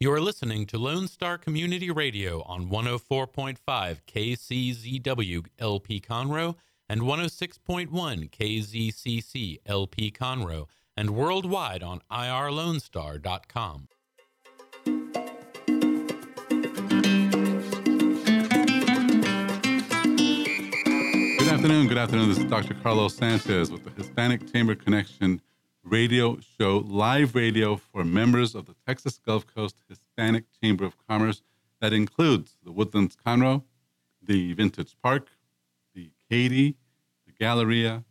You are listening to Lone Star Community Radio on 104.5 KCZW LP Conroe and 106.1 KZCC LP Conroe and worldwide on irlonestar.com. Good afternoon. Good afternoon. This is Dr. Carlos Sanchez with the Hispanic Chamber Connection radio show, live radio for members of the Texas Gulf Coast Hispanic Chamber of Commerce. That includes the Woodlands Conroe, the Vintage Park, the Katy, the Galleria,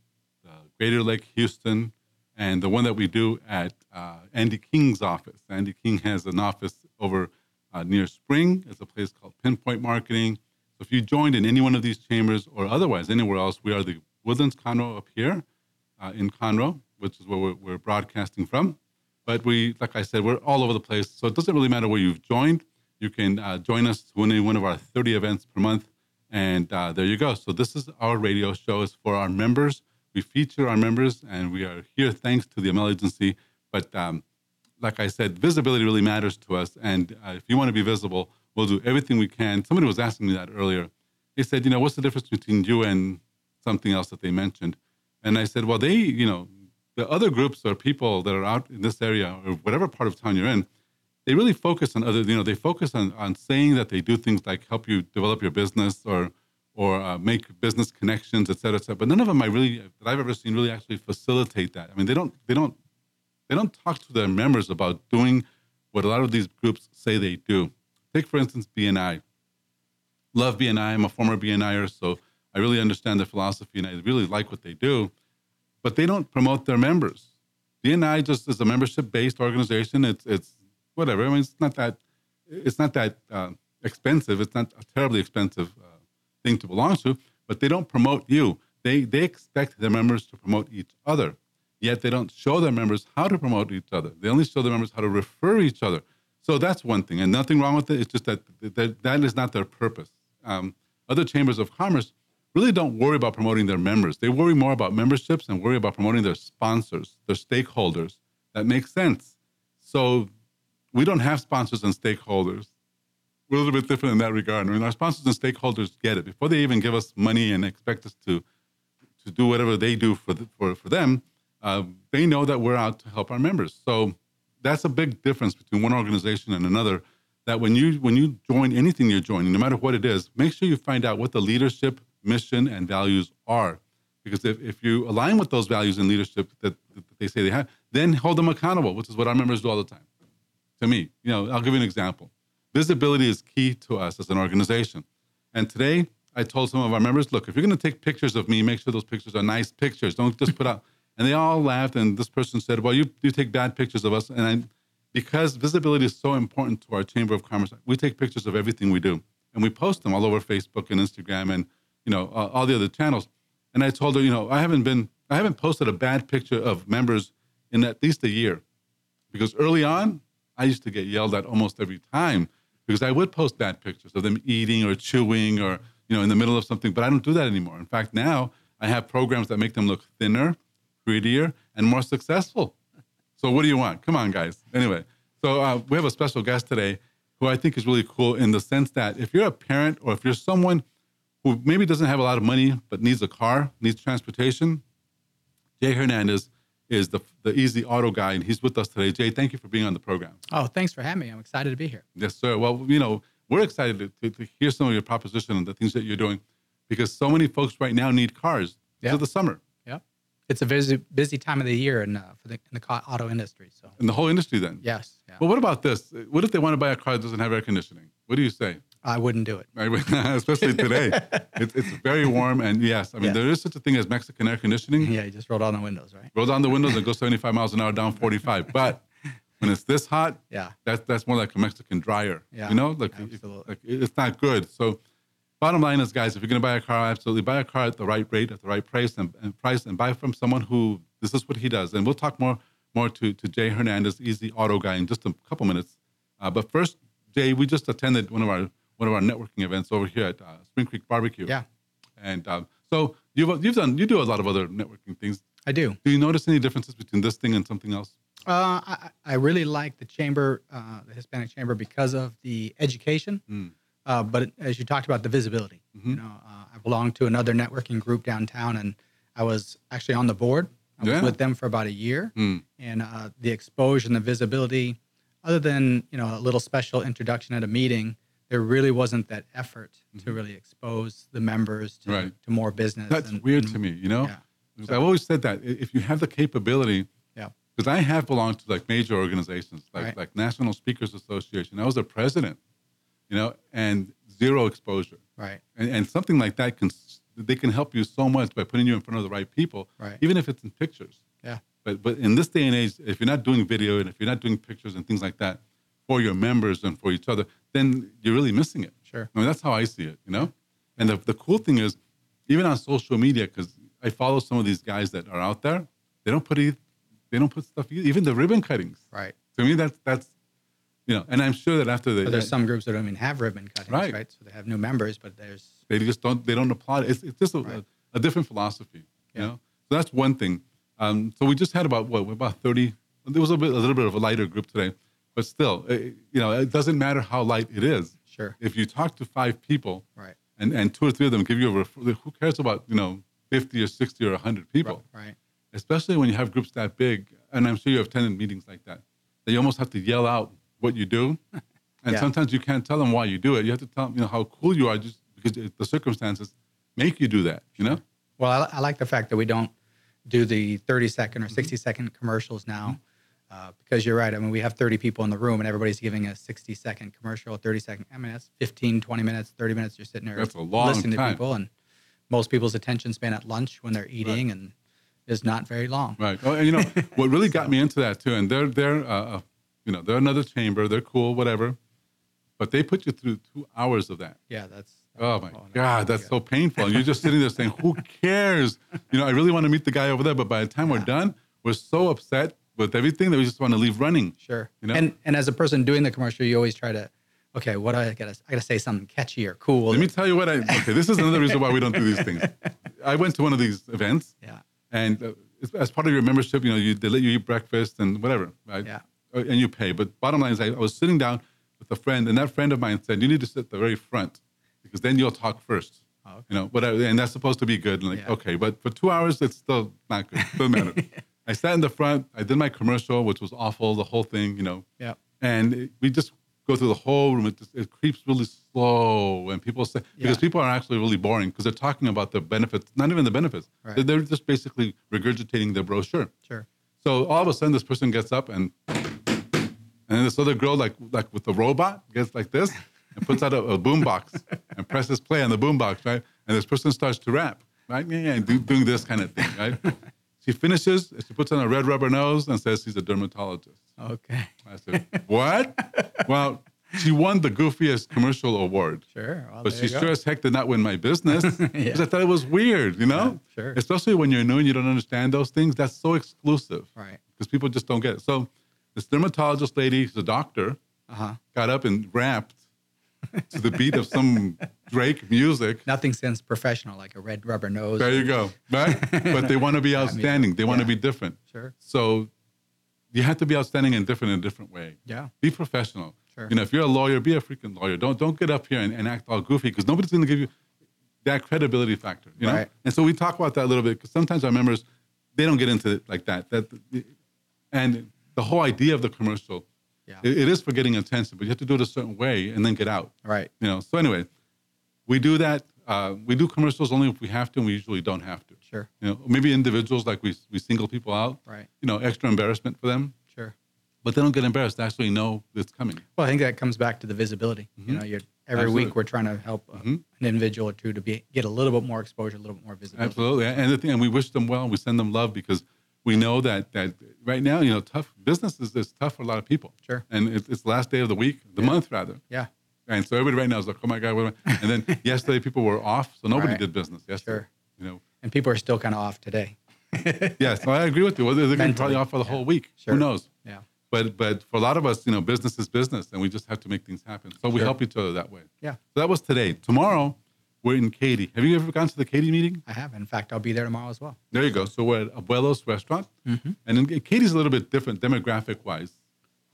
the Greater Lake Houston, and the one that we do at uh, Andy King's office. Andy King has an office over uh, near Spring. It's a place called Pinpoint Marketing. So if you joined in any one of these chambers or otherwise anywhere else, we are the Woodlands Conroe up here uh, in Conroe, which is where we're, we're broadcasting from. But we, like I said, we're all over the place. So it doesn't really matter where you've joined. You can uh, join us to any one of our 30 events per month. And uh, there you go. So this is our radio show. is for our members. We feature our members, and we are here thanks to the ML Agency. But um, like I said, visibility really matters to us. And uh, if you want to be visible, we'll do everything we can. Somebody was asking me that earlier. They said, you know, what's the difference between you and something else that they mentioned? And I said, well, they, you know, the other groups or people that are out in this area or whatever part of town you're in, they really focus on other, you know, they focus on, on saying that they do things like help you develop your business or or uh, make business connections, et cetera, et cetera. But none of them I really that I've ever seen really actually facilitate that. I mean, they don't they don't they don't talk to their members about doing what a lot of these groups say they do. Take, for instance, BNI. Love BNI. I'm a former BNIer, so I really understand their philosophy and I really like what they do, but they don't promote their members. BNI just is a membership-based organization. It's it's whatever. I mean, it's not that it's not that uh, expensive. It's not a terribly expensive uh, thing to belong to, but they don't promote you. They they expect their members to promote each other yet they don't show their members how to promote each other. They only show their members how to refer each other. So that's one thing, and nothing wrong with it. It's just that that, that is not their purpose. Um, other chambers of commerce really don't worry about promoting their members. They worry more about memberships and worry about promoting their sponsors, their stakeholders. That makes sense. So we don't have sponsors and stakeholders. We're a little bit different in that regard. I mean, our sponsors and stakeholders get it before they even give us money and expect us to to do whatever they do for the, for for them uh, they know that we're out to help our members. So that's a big difference between one organization and another. That when you when you join anything you're joining, no matter what it is, make sure you find out what the leadership mission and values are. Because if, if you align with those values and leadership that, that they say they have, then hold them accountable, which is what our members do all the time. To me, you know, I'll give you an example. Visibility is key to us as an organization. And today, I told some of our members, look, if you're going to take pictures of me, make sure those pictures are nice pictures. Don't just put out. And they all laughed. And this person said, well, you, you take bad pictures of us. And I, because visibility is so important to our Chamber of Commerce, we take pictures of everything we do. And we post them all over Facebook and Instagram and, you know, uh, all the other channels. And I told her, you know, I haven't been, I haven't posted a bad picture of members in at least a year. Because early on, I used to get yelled at almost every time because I would post bad pictures of them eating or chewing or, you know, in the middle of something. But I don't do that anymore. In fact, now I have programs that make them look thinner, prettier, and more successful. So what do you want? Come on, guys. Anyway, so uh, we have a special guest today who I think is really cool in the sense that if you're a parent or if you're someone who maybe doesn't have a lot of money but needs a car, needs transportation, Jay Hernandez is the, the easy auto guy, and he's with us today. Jay, thank you for being on the program. Oh, thanks for having me. I'm excited to be here. Yes, sir. Well, you know, we're excited to, to, to hear some of your proposition and the things that you're doing because so many folks right now need cars. This Yeah. is the summer. It's a busy, busy time of the year in, uh, for the, in the ca- auto industry. So, and the whole industry then. yes, yeah. But what about this? What if they want to buy a car that doesn't have air conditioning? What do you say? I wouldn't do it. I mean, Especially today, it's, it's very warm, and yes, I mean Yeah. there is such a thing as Mexican air conditioning. Yeah, you just roll down the windows, right? Roll down the windows and go 75 miles an hour down 45. But when it's this hot, Yeah. that's that's more like a Mexican dryer. Yeah, you know, like, it- absolutely. like, it- it's not good. So, bottom line is, guys, if you're going to buy a car, absolutely buy a car at the right rate, at the right price, and, and price, and buy from someone who this is what he does. And we'll talk more more to to Jay Hernandez, Easy Auto Guy, in just a couple minutes. Uh, but first, Jay, we just attended one of our one of our networking events over here at uh, Spring Creek Barbecue. Yeah, and um, so you've you've done you do a lot of other networking things. I do. Do you notice any differences between this thing and something else? Uh, I, I really like the chamber, uh, the Hispanic chamber, because of the education. Mm. Uh, but as you talked about the visibility, you Mhm. know, uh, I belonged to another networking group downtown, and I was actually on the board. I was Yeah. with them for about a year, Mm. and uh, the exposure and the visibility, other than you know a little special introduction at a meeting, there really wasn't that effort to really expose the members to, Mm-hmm. Right. to more business. That's and- weird and- to me, you know? Yeah. Because I've always said that i- if you have the capability, Yeah. because I have belonged to like major organizations, like Right. like National Speakers Association. I was a president, you know, and zero exposure, Right. and, and something like that can s- they can help you so much by putting you in front of the right people, Right. even if it's in pictures. Yeah. But but in this day and age, if you're not doing video and if you're not doing pictures and things like that for your members and for each other, then you're really missing it. Sure. I mean, that's how I see it, you know? And the, the cool thing is, even on social media, because I follow some of these guys that are out there, they don't put e- they don't put stuff, e- even the ribbon cuttings. Right. To me, that's, that's you know, and I'm sure that after they, But there's some groups that don't even have ribbon cuttings, Right. right? So they have new members, but there's they just don't, they don't applaud it. It's, it's just a, Right. a, different philosophy, Yeah. you know? So that's one thing. Um, so we just had about, what, about 30, there was a, bit, a little bit of a lighter group today, but still, eh, you know, it doesn't matter how light it is. sure, If you talk to five people, right, and and two or three of them give you a referral. Who cares about you know fifty or sixty or hundred people? right, Especially when you have groups that big, and I'm sure you have attended meetings like that. That you almost have to yell out what you do, and Yeah. sometimes you can't tell them why you do it. You have to tell them you know how cool you are just because it- the circumstances make you do that. You know, Well, I, I like the fact that we don't do the 30 second or Mm-hmm. 60 second commercials now, uh, because you're right. I mean, we have 30 people in the room and everybody's giving a 60 second commercial, 30 second. I mean, that's 15, 20 minutes, 30 minutes. You're sitting there That's a long listening time. to people, and most people's attention span at lunch when they're eating and is not very long. right? Oh, and you know what really got me into that too. And they're they're uh, uh, you know they're another chamber. They're cool, whatever. But they put you through two hours of that. Yeah, that's. Oh my no, God, that's so painful. And you're just sitting there saying, "Who cares?" You know, I really want to meet the guy over there, but by the time we're done, we're so upset with everything that we just want to leave running. Sure. You know? And and as a person doing the commercial, you always try to, okay, what do I gotta I gotta say something catchy or cool. Let me tell you what I. Okay, this is another reason why we don't do these things. I went to one of these events, yeah. and uh, as- as part of your membership, you know, you, they let you eat breakfast and whatever, right? Yeah. Uh, And you pay. But bottom line is, I, I was sitting down with a friend, and that friend of mine said, "You need to sit at the very front because then you'll talk first. Oh, okay. You know, whatever. And that's supposed to be good. And like, Yeah. okay, but for two hours, it's still not good. Doesn't matter. I sat in the front. I did my commercial, which was awful. The whole thing, you know. Yeah. And it, we just go through the whole room. It, just, it creeps really slow, and people say because Yeah. people are actually really boring because they're talking about the benefits, not even the benefits. Right. They're- They're just basically regurgitating their brochure. Sure. So all of a sudden, this person gets up and and then this other girl, like like with the robot, gets like this and puts out a, a boombox and presses play on the boombox, right? And this person starts to rap, right? Yeah, yeah, do, doing this kind of thing, right? she finishes, and she puts on a red rubber nose and says she's a dermatologist. Okay. I said, what? well, she won the goofiest commercial award. Sure. Well, But Oh, there she you go. sure as heck did not win my business because I thought it was weird, you know? Yeah, sure. Especially when you're new and you don't understand those things. That's so exclusive. Right. Because people just don't get it. So this dermatologist lady, she's a doctor, Uh-huh. got up and rapped to the beat of some Drake music. Nothing sounds professional like a red rubber nose. There you go. Right? but they want to be outstanding. they want to be different. Sure. So you have to be outstanding and different in a different way. Yeah. Be professional. Sure. You know, if you're a lawyer, be a freaking lawyer. Don't don't get up here and, and act all goofy because nobody's going to give you that credibility factor. You know. Right. And so we talk about that a little bit because sometimes our members they don't get into it like that. That and the whole idea of the commercial, Yeah. it- it is for getting attention, but you have to do it a certain way and then get out. Right. You know. So anyway, we do that. Uh, we do commercials only if we have to, and we usually don't have to. Sure. You know, maybe individuals like we we single people out. Right. You know, extra embarrassment for them Sure. but they don't get embarrassed. They actually know it's coming. Well, I think that comes back to the visibility. You know, you're Mm-hmm. every Absolutely. Mm-hmm. week we're trying to help uh, an individual or two to be get a little bit more exposure, a little bit more visibility. Absolutely. And the thing, and we wish them well. We send them love because we know that that right now, you know, tough business is, is tough for a lot of people. Sure. And it's, it's the last day of the week, the month rather. Yeah. And so everybody right now is like, oh my God, what am I? And then yesterday people were off, so nobody Right. did business yesterday. Sure. You know. And people are still kind of off today. Yeah. So I agree with you. Well, they're going to be probably Mentally, off for the whole week. Sure. Who knows? Yeah. But but for a lot of us, you know, business is business, and we just have to make things happen. So we Sure. help each other that way. Yeah. So that was today. Tomorrow, We're in Katy. Have you ever gone to the Katy meeting? I have. In fact, I'll be there tomorrow as well. There you go. So we're at Abuelo's restaurant, Mm-hmm. and in, Katie's a little bit different demographic wise,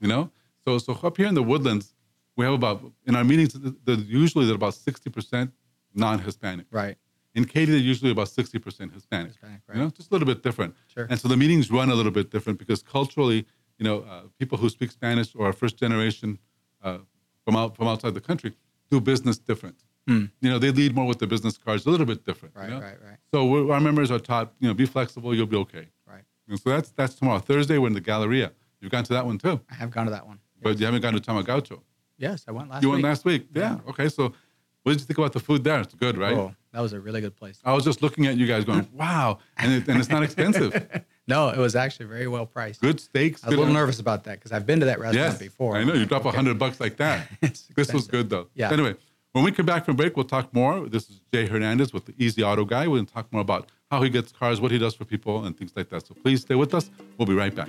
you know. So so up here in the woodlands, we have about in our meetings th- th- usually they're about sixty percent non-Hispanic. Right. In Katy, they're usually about sixty percent Hispanic. Hispanic, You know, just a little bit different. Sure. And so the meetings run a little bit different because culturally, you know, uh, people who speak Spanish or are first generation uh, from out from outside the country do business different. You know, they lead more with the business cards, a little bit different. you Hmm. Right, know? right, right. So we're, our members are taught, you know, be flexible, you'll be okay. Right. And so that's that's tomorrow. Thursday, we're in the Galleria. You've gone to that one too, I have gone to that one. but you haven't gone to Tamagaucho. Yes, I went last you week. went last week. Yeah. Okay. So what did you think about the food there? It's good, right? Oh, that was a really good place. I was just looking at you guys going, wow. And, it, and it's not expensive. No, it was actually very well priced. Good steaks. I was a good- little nervous about that because I've been to that restaurant Yes. before. I know. You drop a 100 bucks like that. It's this was expensive. good, though. Yeah. Anyway, when we come back from break, we'll talk more. This is Jay Hernandez with the Easy Auto Guy. We're going to talk more about how he gets cars, what he does for people, and things like that. So please stay with us. We'll be right back.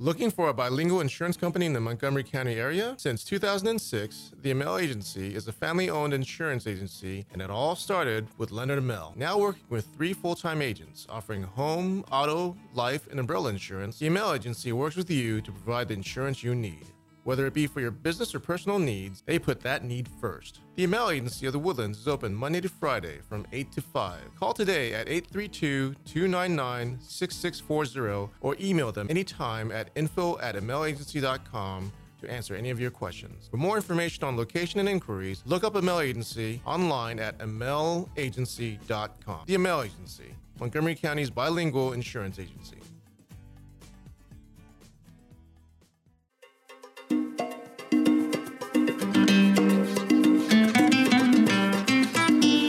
Looking for a bilingual insurance company in the Montgomery County area? Since 2006, the Amell Agency is a family owned insurance agency, and it all started with Leonard Amell. Now working with three full time agents offering home, auto, life, and umbrella insurance, the Amell Agency works with you to provide the insurance you need. Whether it be for your business or personal needs, they put that need first. The Amel Agency of the Woodlands is open Monday to Friday from 8 to 5. Call today at 832 299 6640 or email them anytime at info at amelagency.com to answer any of your questions. For more information on location and inquiries, look up Amel Agency online at amelagency.com. The Amel Agency, Montgomery County's bilingual insurance agency.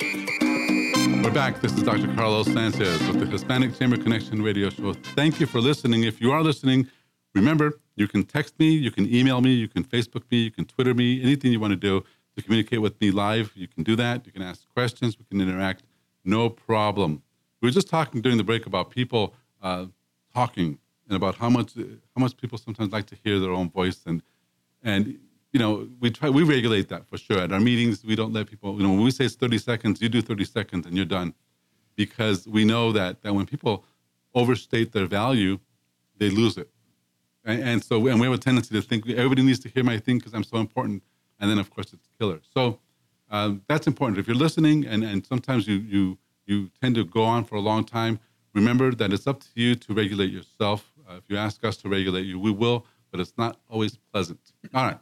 We're back. This is Dr. Carlos Sanchez with the Hispanic Chamber Connection radio show. Thank you for listening. If you are listening, remember you can text me, you can email me, you can Facebook me, you can Twitter me, anything you want to do to communicate with me live. You can do that. You can ask questions. We can interact. No problem. We were just talking during the break about people uh, talking and about how much how much people sometimes like to hear their own voice and and you know we try we regulate that for sure at our meetings we don't let people you know when we say it's 30 seconds you do 30 seconds and you're done because we know that that when people overstate their value they lose it and, and so and we have a tendency to think everybody needs to hear my thing because i'm so important and then of course it's killer so um, that's important if you're listening and and sometimes you you you tend to go on for a long time remember that it's up to you to regulate yourself uh, if you ask us to regulate you we will but it's not always pleasant all right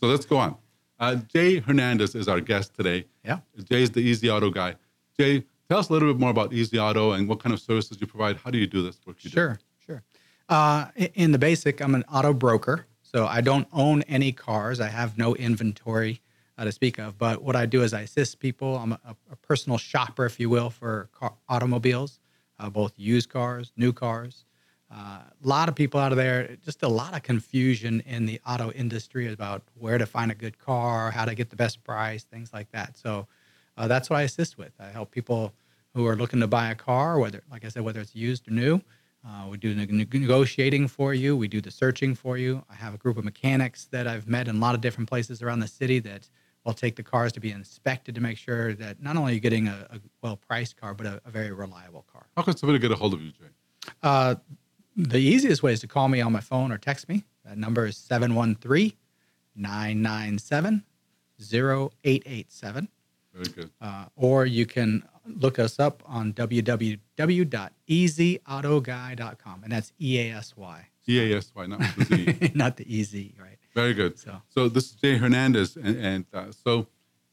so let's go on uh, jay hernandez is our guest today Yeah. jay's the easy auto guy jay tell us a little bit more about easy auto and what kind of services you provide how do you do this work you do? Sure, sure. Uh, i- in the basic, I'm an auto broker, so I don't own any cars. I have no inventory uh, to speak of. But what I do is I assist people. I'm a, a personal shopper, if you will, for car, automobiles, uh, both used cars, new cars. Uh, A lot of people out of there, just a lot of confusion in the auto industry about where to find a good car, how to get the best price, things like that. So uh, that's what I assist with. I help people who are looking to buy a car, whether, like I said, whether it's used or new. Uh, we do the neg- negotiating for you. We do the searching for you. I have a group of mechanics that I've met in a lot of different places around the city that will take the cars to be inspected to make sure that not only are you getting a, a well-priced car, but a, a very reliable car. how can somebody get a hold of you jay Uh, the easiest way is to call me on my phone or text me. That number is 713 997 0887. very good Uh, or you can look us up on e www.easyautogui.com. And that's E A S Y, e-a-s-y not with a Z. not the easy, right? Very good. So, So- this is Jay Hernandez, and, and uh, so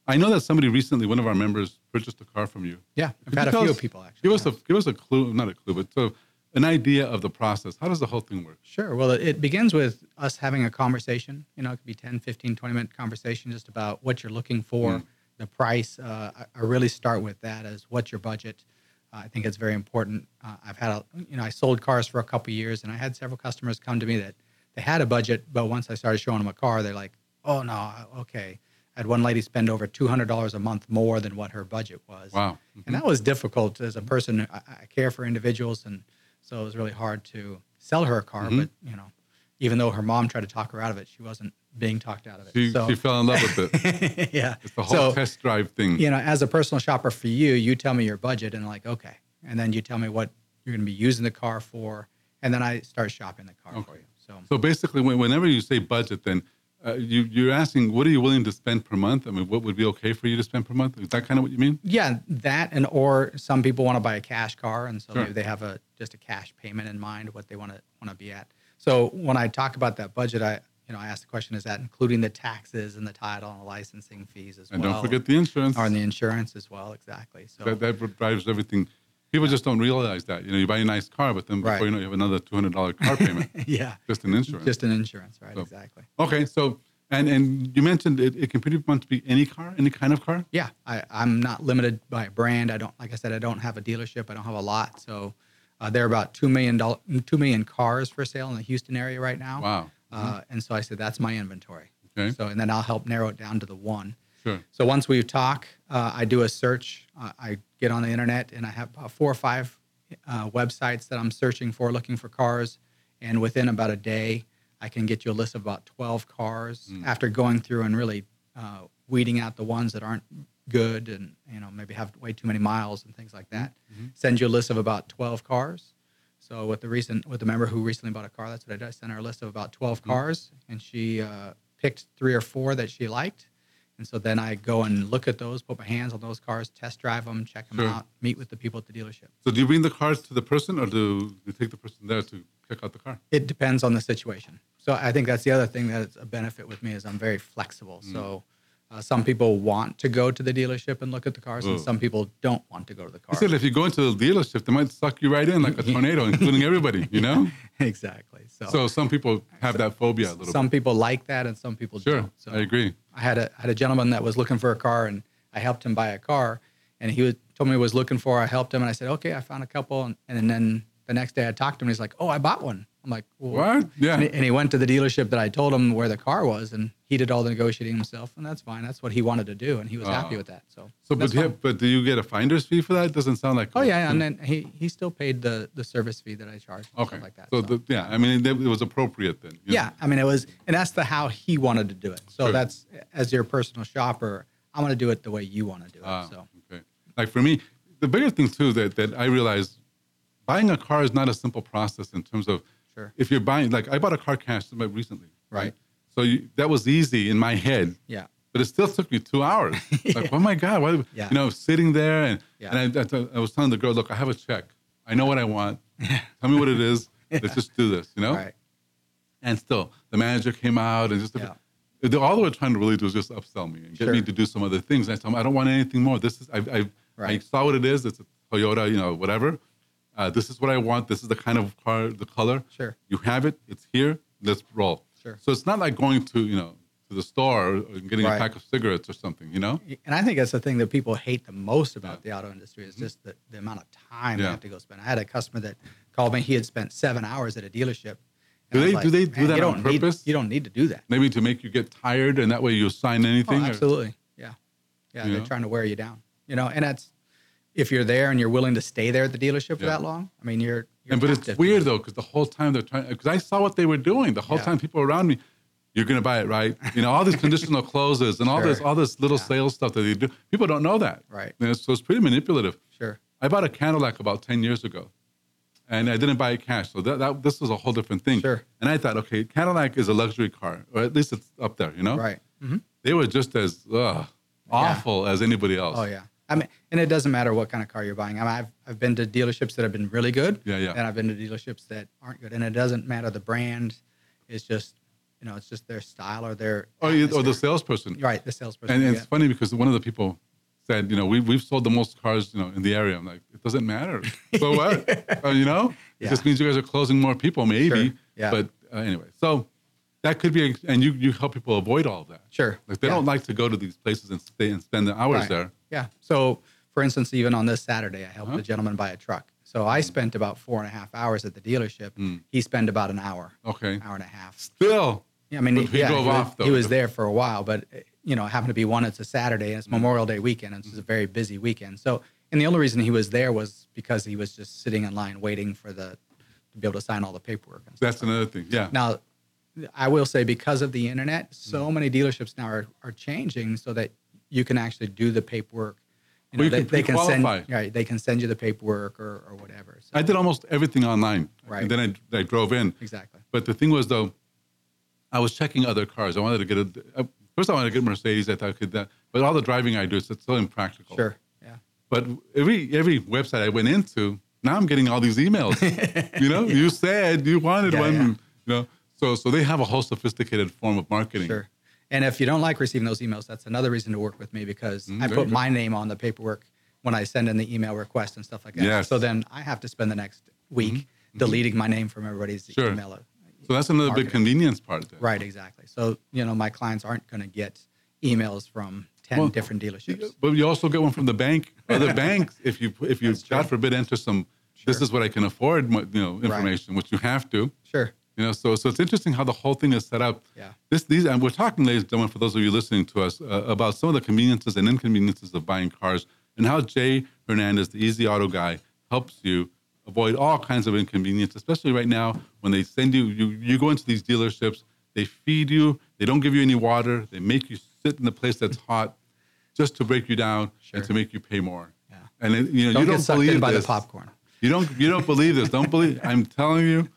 I know that somebody recently, one of our members, purchased a car from you. Yeah, I've Could had you a tell few us- people actually. Give us a give us a clue, not a clue, but so an idea of the process. How does the whole thing work? Sure. Well, it- it begins with us having a conversation. You know, it could be 10, 15, 20 minute conversation just about what you're looking for, the price. Uh, I, I really start with that as what's your budget. Uh, I think it's very important. Uh, I've had, a, you know, I sold cars for a couple of years and I had several customers come to me that they had a budget, but once I started showing them a car, they're like, oh, no, I- okay. I had one lady spend over $200 a month more than what her budget was Wow. and that was difficult as a person. I, I care for individuals, and So it was really hard to sell her a car. Mm-hmm. But you know, even though her mom tried to talk her out of it, she wasn't being talked out of it. She, so she fell in love with it. yeah, It's the whole So- test drive thing. you know, as a personal shopper for you, you tell me your budget and like, okay. And then you tell me what you're going to be using the car for. And then I start shopping the car for Okay. you. So, So basically, when, whenever you say budget, then uh, you, you're asking, what are you willing to spend per month? I mean, what would be okay for you to spend per month? Is that kind of what you mean? yeah, that and or some people want to buy a cash car. And so Sure. maybe they have a just a cash payment in mind, what they want to want to be at. So when I talk about that budget, I, you know, I ask the question, is that including the taxes and the title and the licensing fees as And well? don't forget the insurance. Or the insurance as well. Exactly. So that, that drives everything. People just don't realize that. You know, you buy a nice car, but then before Right. you know, it, you have another two hundred dollar car payment, yeah, just an insurance. just an insurance, right? So- Exactly. okay, so and and you mentioned it, it can pretty much be any car, any kind of car. yeah I, i'm not limited by a brand i don't like i said i don't have a dealership i don't have a lot so uh, there are about 2 million, doll- 2 million cars for sale in the houston area right now Wow. uh, and so i said that's my inventory Okay. so and then i'll help narrow it down to the one Sure. so once we talk uh, i do a search uh, i get on the internet and i have about four or five uh, websites that i'm searching for looking for cars and within about a day i can get you a list of about 12 cars after going through and really uh, weeding out the ones that aren't good and you know maybe have way too many miles and things like that send you a list of about 12 cars so with the recent with the member who recently bought a car that's what i did i sent her a list of about 12 Mm-hmm. cars and she uh, picked three or four that she liked and so then i go and look at those put my hands on those cars test drive them check them Sure. out meet with the people at the dealership So do you bring the cars to the person, or do you take the person there to check out the car? it depends on the situation. So I think that's the other thing that's a benefit with me is I'm very flexible. Mm. So uh, some people want to go to the dealership and look at the cars, and Mm. some people don't want to go to the I said, car. if you go into the dealership, they might suck you right in like a tornado, including everybody. You know. exactly. So, So some people have that phobia a little some people like that, and some people bit. Sure, don't. So I agree. I had a I had a gentleman that was looking for a car, and I helped him buy a car, and he was told me he was looking for. I helped him, and I said, okay, I found a couple, and, and then the next day I talked to him, and he's like, oh, I bought one. I'm like, well, What? Yeah. And he, and he went to the dealership that I told him where the car was, and he did all the negotiating himself, and that's fine. That's what he wanted to do, and he was happy Oh. with that. So, So, but that's do, you, fine. but do you get a finder's fee for that? Doesn't sound like. oh yeah, yeah, and then he he still paid the the service fee that I charged, and Okay. stuff like that. So, the, yeah, I mean, it, it was appropriate then. you know? yeah, I mean it was, and that's the how he wanted to do it. So Sure. that's as your personal shopper, I'm gonna do it the way you want to do it. Ah, so okay. Like for me, the bigger thing too that that I realized, buying a car is not a simple process in terms of. Sure. If you're buying, like I bought a car cash recently. Right. So you, that was easy in my head. yeah, but it still took me two hours. Like, oh my God, why, Yeah. you know, sitting there and, Yeah. and I, I, thought- I was telling the girl, look, I have a check. I know what I want. Tell me what it is. Let's just do this, you know? right, And still, the manager came out and just, Yeah. they, all they were trying to really do is just upsell me and get me Sure. to do some other things. And I told them, I don't want anything more. This is, I, I, I Right. saw what it is. It's a Toyota, you know, whatever. Uh, this is what I want. This is the kind of car, the color. Sure. You have it. It's here. Let's roll. Sure. So it's not like going to, you know, to the store or getting a Right. pack of cigarettes or something, you know? and I think that's the thing that people hate the most about the auto industry is just the, the amount of time Oh. Mm-hmm. Yeah. they have to go spend. I had a customer that called me; he had spent seven hours at a dealership. and Do I was they- do they do "Man, that you on don't need- purpose?" you don't need to do that. Maybe to make you get tired and that way you'll sign anything. Oh, or- absolutely. Yeah. Yeah. Yeah. They're trying to wear you down. You know, and that's if you're there and you're willing to stay there at the dealership for Yeah. that long. I mean, you're. you're and but it's captive to weird them. though, because the whole time they're trying, because I saw what they were doing. The whole Yeah. time people around me, you're gonna buy it, right? You know, all these conditional closes and all this, Sure. all this little Yeah. sales stuff that they do. People don't know that, Right. You know, so it's pretty manipulative. Sure. I bought a Cadillac about ten years ago, and I didn't buy it cash, so that, that this was a whole different thing. Sure. And I thought, okay, Cadillac is a luxury car, or at least it's up there, you know. Right. They were just as ugh, awful as anybody else. Oh yeah. I mean, and it doesn't matter what kind of car you're buying. I mean, I've I've been to dealerships that have been really good. Yeah, yeah. And I've been to dealerships that aren't good, and it doesn't matter the brand. It's just, you know, it's just their style or their. Or, Oh, you- or the atmosphere. salesperson. Right, the salesperson. And yeah. it's funny because one of the people said, you know, we, we've sold the most cars, you know, in the area. I'm like, it doesn't matter. So what? Uh, you know, it Yeah. just means you guys are closing more people, maybe. Sure, yeah. But uh, anyway, so that could be, and you, you help people avoid all that. Sure, Like they yeah. don't like to go to these places and stay and spend the hours Right. there. Yeah. So, for instance, even on this Saturday, I helped Uh-huh. Mm. a gentleman buy a truck. So I spent about four and a half hours at the dealership. He spent about an hour, Okay. hour and a half. Still, Yeah, I mean, But he yeah, drove was, off, though. he was there for a while, but eh, you know, it happened to be one. It's a Saturday, and it's Memorial Day weekend, and it's a very busy weekend. So, and the only reason he was there was because he was just sitting in line waiting for the to be able to sign all the paperwork. and stuff. That's another thing. Yeah. Now, I will say because of the internet, Mm-hmm. so many dealerships now are, are changing so that you can actually do the paperwork. You Well, you they, can they can send pre-qualify. right, they can send you the paperwork or, or whatever. So, I did almost everything online. Right. And then I, I drove in. exactly. But the thing was though, I was checking other cars. I wanted to get a uh, first. I wanted to get Mercedes. I thought I could that, but all the driving I do is it's so impractical. Sure. Yeah. But every every website I went into, now I'm getting all these emails. you know, you said you wanted Yeah, one. yeah. You know, so so they have a whole sophisticated form of marketing. Sure. And if you don't like receiving those emails, that's another reason to work with me because I Mm, there you put go. my name on the paperwork when I send in the email request and stuff like that. Yes. Mm-hmm. So then I have to spend the next week deleting my name from everybody's Sure. email. uh, So that's another big marketing. convenience part. There. Right, exactly. So, you know, my clients aren't going to get emails from 10 Well, different dealerships. But you also get one from the bank. Other banks, if you if you God forbid enter some, this is what I can afford. You know, information which you have to. Sure. You know, so so it's interesting how the whole thing is set up. Yeah. This these and we're talking, ladies and gentlemen, for those of you listening to us, uh, about some of the conveniences and inconveniences of buying cars and how Jay Hernandez, the Easy Auto guy, helps you avoid all kinds of inconvenience, especially right now when they send you you you go into these dealerships, they feed you, they don't give you any water, they make you sit in the place that's hot, just to break you down and to make you pay more. Yeah. And it, you know Don't you get don't sucked believe in by this. the popcorn. You don't you don't believe this. Don't believe I'm telling you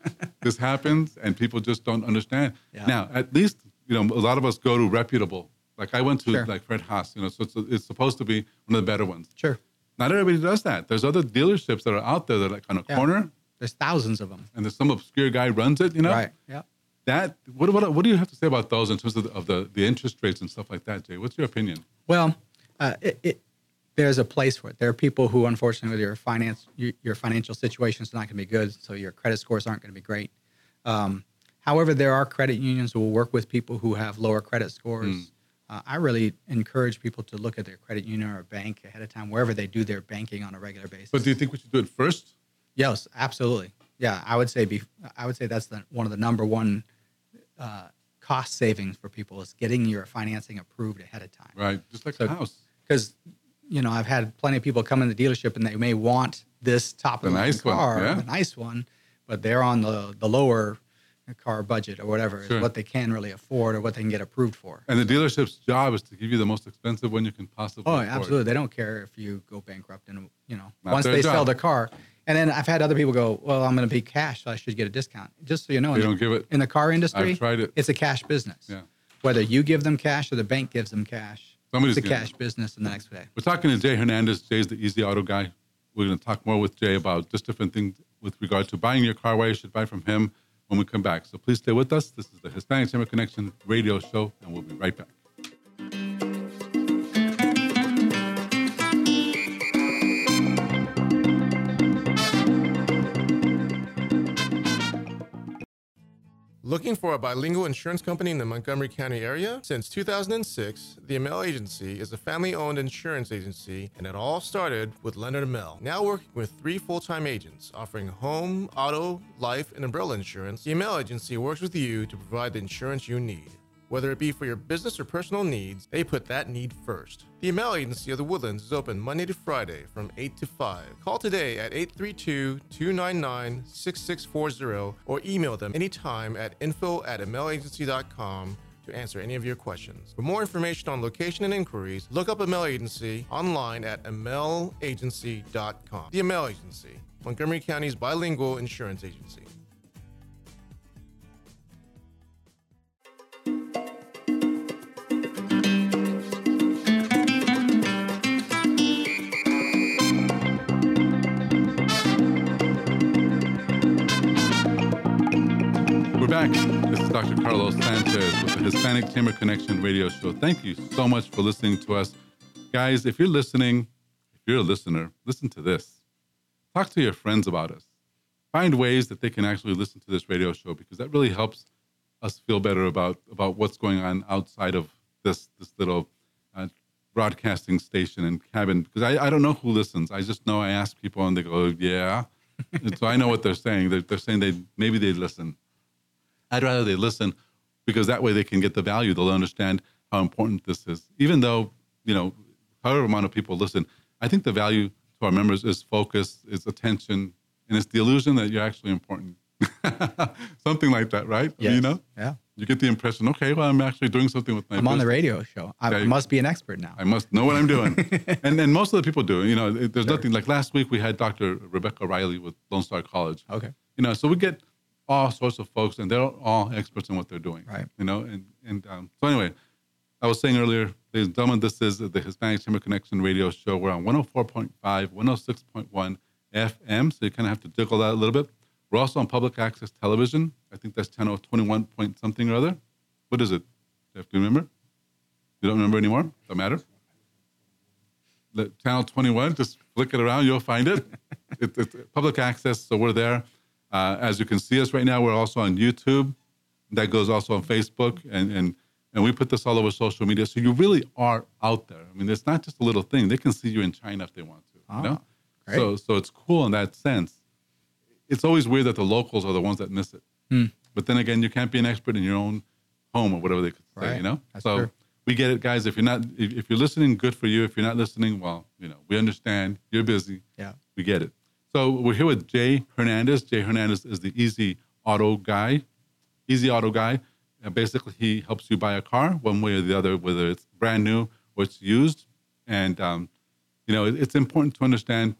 this happens and people just don't understand. Yeah. Now, at least, you know, a lot of us go to reputable. Like I went to Sure. like Fred Haas, you know, so it's, it's supposed to be one of the better ones. Sure. Not everybody does that. There's other dealerships that are out there that are like on a Yeah. corner There's thousands of them. and there's some obscure guy runs it, you know? Right. Yeah. That what, what what do you have to say about those in terms of the, of the the interest rates and stuff like that, Jay? What's your opinion? Well, uh, it, it, there's a place for it. There are people who, unfortunately, with your finance, your, your financial situation is not going to be good, so your credit scores aren't going to be great. Um, however, there are credit unions who will work with people who have lower credit scores. Hmm. Uh, I really encourage people to look at their credit union or bank ahead of time, wherever they do their banking on a regular basis. But do you think we should do it first? Yes, absolutely. Yeah, I would say be, I would say that's the, one of the number one uh, cost savings for people is getting your financing approved ahead of time. Right. Just like a house. Because you know I've had plenty of people come in the dealership and they may want this top The of the line nice one, car, yeah. the nice one, but they're on the the lower car budget or whatever Sure. is what they can really afford or what they can get approved for. And the dealership's job is to give you the most expensive one you can possibly Oh, afford. absolutely. They don't care if you go bankrupt and you know Not once their they sell job. the car. And then I've had other people go, "Well, I'm going to be cash, so I should get a discount." Just so you know, They in the- don't give it. in the car industry. I've tried it. It's a cash business. Yeah. Whether you give them cash or the bank gives them cash, Somebody's it's a gonna- cash business. And the next day, We're talking to Jay Hernandez. Jay's the Easy Auto guy. We're going to talk more with Jay about just different things with regard to buying your car, why you should buy from him when we come back. So please stay with us. This is the Hispanic Chamber Connection radio show, and we'll be right back. Looking for a bilingual insurance company in the Montgomery County area? Since 2006, the Amell Agency is a family owned insurance agency, and it all started with Leonard Amell. Now working with three full time agents offering home, auto, life, and umbrella insurance, the Amell Agency works with you to provide the insurance you need. Whether it be for your business or personal needs, they put that need first. The Amell Agency of the Woodlands is open Monday to Friday from 8 to 5. Call today at 832 299 6640 or email them anytime at info at amellagency.com to answer any of your questions. For more information on location and inquiries, look up Amell Agency online at amellagency.com. The Amell Agency, Montgomery County's bilingual insurance agency. We're back. This is Dr. Carlos Sanchez with the Hispanic Chamber Connection radio show. Thank you so much for listening to us. Guys, if you're listening, if you're a listener, listen to this. Talk to your friends about us. Find ways that they can actually listen to this radio show because that really helps us feel better about, about what's going on outside of this, this little uh, broadcasting station and cabin. Because I, I don't know who listens. I just know I ask people and they go, yeah. and so I know what they're saying. They're, they're saying they maybe they listen. I'd rather they listen because that way they can get the value. They'll understand how important this is. Even though, you know, however amount of people listen, I think the value to our members is focus, is attention, and it's the illusion that you're actually important. something like that, right? Yes. You know, Yeah. you get the impression, okay, well, I'm actually doing something with my. I'm on the business. radio show. I Yeah, you- must be an expert now. I must know what I'm doing. and then most of the people do. You know, it- there's nothing like last week we had Dr. Rebecca Riley with Lone Star College. Okay. You know, so we get all sorts of folks, and they're all experts in what they're doing. Right. You know, and and um, so anyway, I was saying earlier, ladies and gentlemen, this is the Hispanic Chamber Connection radio show. We're on 104.5, 106.1 FM, so you kind of have to jiggle that a little bit. We're also on public access television. I think that's channel 21 point something or other. What is it? Do you have to remember? You don't remember anymore? Don't matter. The channel 21, just flick it around, you'll find it. it it's public access, so we're there. Uh, as you can see us right now, we're also on YouTube. That goes also on Facebook, and, and, and we put this all over social media. So you really are out there. I mean, it's not just a little thing. They can see you in China if they want to. Ah, you know? great. so, so it's cool in that sense. It's always weird that the locals are the ones that miss it. Hmm. But then again, you can't be an expert in your own home or whatever they could say, Right. you know? That's so true. we get it, guys. If you're not, if, if you're listening, good for you. If you're not listening, well, you know, we understand. You're busy. Yeah. We get it. So we're here with Jay Hernandez. Jay Hernandez is the Easy Auto guy. Easy Auto guy. Uh, basically, he helps you buy a car one way or the other, whether it's brand new or it's used. And um, you know, it, it's important to understand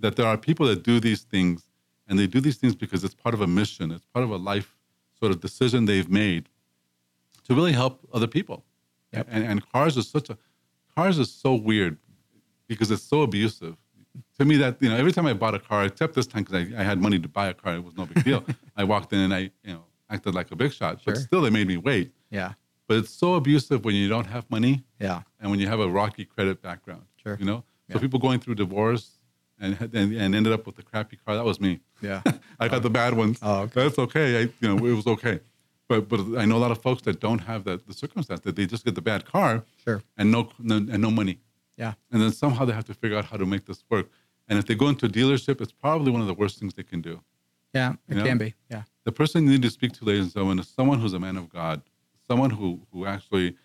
that there are people that do these things, and they do these things because it's part of a mission. It's part of a life sort of decision they've made to really help other people. Yep. And, and cars is such a cars is so weird because it's so abusive. To me, that you know, every time I bought a car, except this time because I, I had money to buy a car, it was no big deal. I walked in and I you know acted like a big shot, but Sure. still they made me wait. Yeah. But it's so abusive when you don't have money Yeah. and when you have a rocky credit background. Sure. You know, so Yeah. people going through divorce and, and and ended up with a crappy car. That was me. Yeah. I got the bad ones. Oh, okay. That's okay. I, you know, it was okay. But but I know a lot of folks that don't have that the circumstance that they just get the bad car Sure. and no, no and no money, Yeah. and then somehow they have to figure out how to make this work. And if they go into a dealership, it's probably one of the worst things they can do. Yeah. It You know? can be. Yeah. The person you need to speak to, ladies and gentlemen, is someone who's a man of God, someone who who actually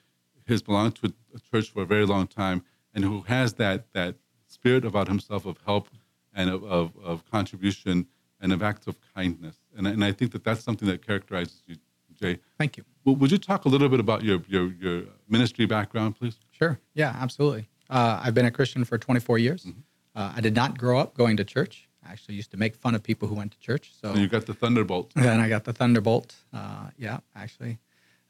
has belonged to a church for a very long time and who has that that spirit about himself of help and of, of, of contribution and of acts of kindness. And, I- and I think that that's something that characterizes you, Jay. Thank you. W- Would you talk a little bit about your, your, your ministry background, please? Sure. Yeah, absolutely. Uh, I've been a Christian for 24 years. Mm-hmm. Uh, I did not grow up going to church. I actually used to make fun of people who went to church. So And you got the thunderbolt. then I got the Thunderbolt. Uh, yeah, actually,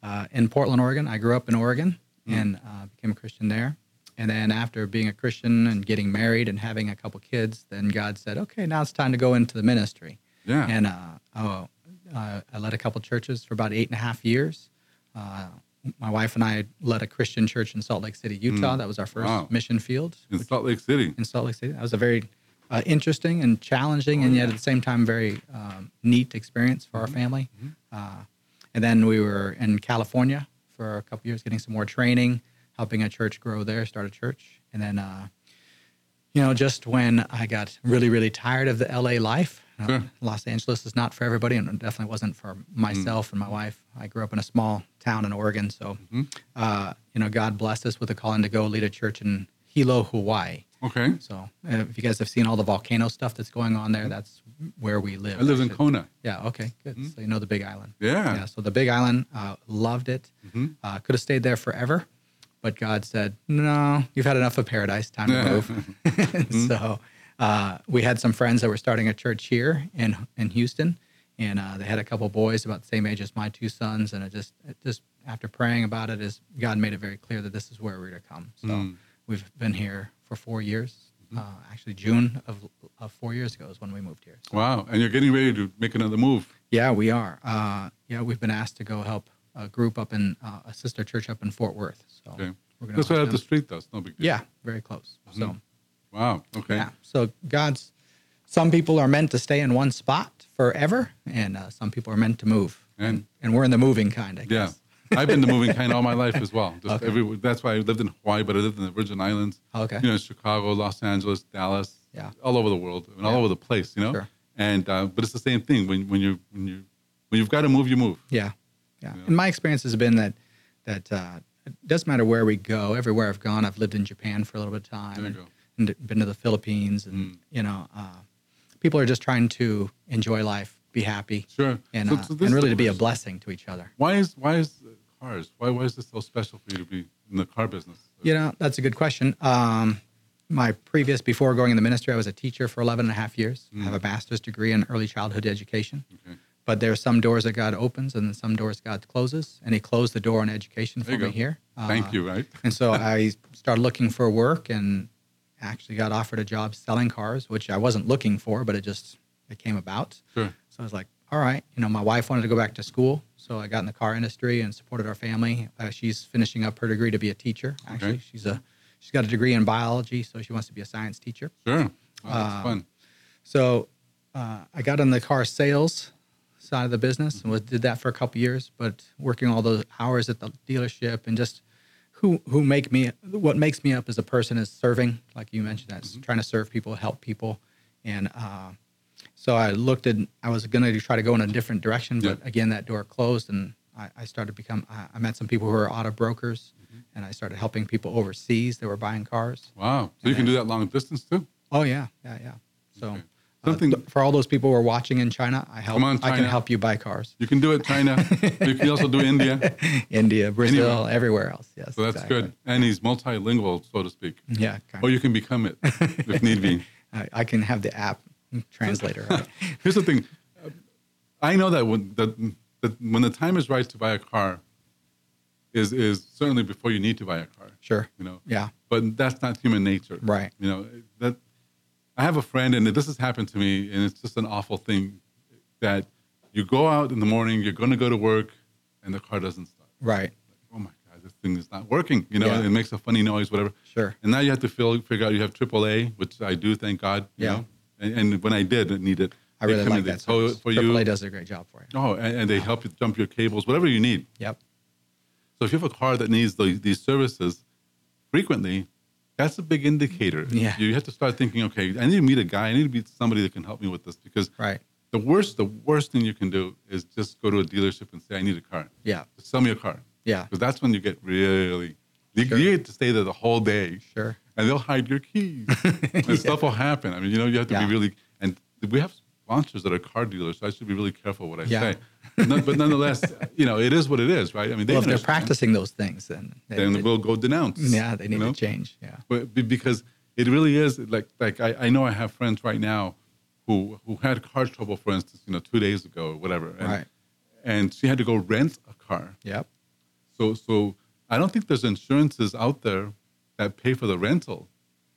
uh, in Portland, Oregon. I grew up in Oregon Mm. and uh, became a Christian there. And then after being a Christian and getting married and having a couple kids, then God said, "Okay, now it's time to go into the ministry." Yeah. And uh, oh, uh, I led a couple churches for about eight and a half years. Uh, my wife and I led a Christian church in Salt Lake City, Utah. That was our first Mm. Wow. mission field in Salt Lake City. in Salt Lake City. That was a very uh, interesting and challenging, and yet at the same time, very um, neat experience for our family. Uh, and then we were in California for a couple years, getting some more training, helping a church grow there, start a church, and then. Uh, you know, just when I got really, really tired of the LA life, uh, Sure. Los Angeles is not for everybody, and it definitely wasn't for myself and my wife. I grew up in a small town in Oregon, so uh, you know, God blessed us with a calling to go lead a church in Hilo, Hawaii. Okay. So, uh, if you guys have seen all the volcano stuff that's going on there, that's where we live. I live in actually. Kona. Yeah. Okay. Good. So you know the Big Island. Yeah. Yeah. So the Big Island, uh, loved it. Uh, could have stayed there forever, but God said, "No, you've had enough of paradise. Time to move." So uh, we had some friends that were starting a church here in in Houston, and uh, they had a couple boys about the same age as my two sons, and it just it just after praying about it, is God made it very clear that this is where we're to come. So we've been here for four years. Uh, actually, June of, of four years ago is when we moved here. So Wow. And you're getting ready to make another move. yeah, we are. Uh, yeah, we've been asked to go help a group up in uh, a sister church up in Fort Worth. So Okay. we're gonna That's right help up the them. street, though. It's no big deal. Yeah, very close. Mm-hmm. So Wow. Okay. yeah, so God's. Some people are meant to stay in one spot forever, and uh, some people are meant to move. And And we're in the moving kind, I Yeah. guess. I've been to moving kind all my life as well. Just every, that's why I lived in Hawaii, but I lived in the Virgin Islands. Okay. You know, Chicago, Los Angeles, Dallas. Yeah. All over the world and all Yeah. over the place. You know. Sure. And uh, but it's the same thing when when you when you when you've got to move, you move. Yeah, yeah. Yeah. And my experience has been that that uh, it doesn't matter where we go. Everywhere I've gone, I've lived in Japan for a little bit of time, There you and, go. Mm. and been to the Philippines, and you know, uh, people are just trying to enjoy life be happy Sure. and, So- uh, so this and is really the to be a question. blessing to each other. Why is why is the cars? Why why is this so special for you to be in the car business? You know, that's a good question. Um, my previous, before going in the ministry, I was a teacher for 11 and a half years. I have a master's degree in early childhood education. Mm. Okay. But there are some doors that God opens and then some doors God closes. And He closed the door on education for There you me go. here. Uh, Thank you. Right. And so I started looking for work and actually got offered a job selling cars, which I wasn't looking for, but it just it came about. Sure. So I was like, all right, you know, my wife wanted to go back to school, so I got in the car industry and supported our family. Uh, she's finishing up her degree to be a teacher. Actually, Okay. she's a she's got a degree in biology, so she wants to be a science teacher. Sure. Wow, that's Um, fun. So uh, I got on the car sales side of the business and was, did that for a couple years, but working all those hours at the dealership and just who who make me what makes me up as a person is serving, like you mentioned, that's trying to serve people, help people, and uh, so I looked at I was going to try to go in a different direction, but Yeah. again that door closed and. I- I started to become. I I met some people who were auto brokers, and I started helping people overseas that were buying cars. Wow. So you can do that long distance too. Oh yeah, yeah, yeah. So Okay. uh, Something- th- for all those people who are watching in China, I help. Come on, I can China. help you buy cars. You can do it China. you can also do India. India, Brazil, Anywhere. everywhere else. Yes. So that's exactly. good. Oh, And he's multilingual, so to speak. Yeah. Kind Or of. you can become it if need be. I, I can have the app translator. right? Here's the thing. I know that when the, the when the time is right to buy a car is is certainly before you need to buy a car. Sure. You know. Yeah. But that's not human nature. Right. You know, that I have a friend and this has happened to me and it's just an awful thing that you go out in the morning, you're gonna go to work and the car doesn't start. Right. oh my god, this thing is not working. You know, Yeah. and it makes a funny noise, whatever. Sure. And now you have to feel, figure out you have AAA, which I do, thank God. You Yeah. Know? And, and when I did need it, I they really come like and they that. tow service. it for AAA you. does a great job for you. Oh, and, and they help you jump your cables, whatever you need. Yep. So if you have a car that needs those these services frequently, that's a big indicator. Yeah. You have to start thinking, okay, I need to meet a guy. I need to meet somebody that can help me with this because Right. the worst, the worst thing you can do is just go to a dealership and say, I need a car. Yeah. Just sell me a car Yeah. because that's when you get really you, Sure. you get to stay there the whole day Sure. and they'll hide your keys and stuff will happen i mean you know you have to Yeah. be really and we have sponsors that are car dealers so i should be really careful what i Yeah. say No- but nonetheless you know it is what it is right i mean they Well, if they're understand. practicing those things, then they, then they- we'll go denounce yeah, they you need know? to change. Yeah. but be- because it really is like like I, I know I have friends right now who who had car trouble, for instance, you know, two days ago or whatever, and, Right. and she had to go rent a car. Yep. So so I don't think there's insurances out there that pay for the rental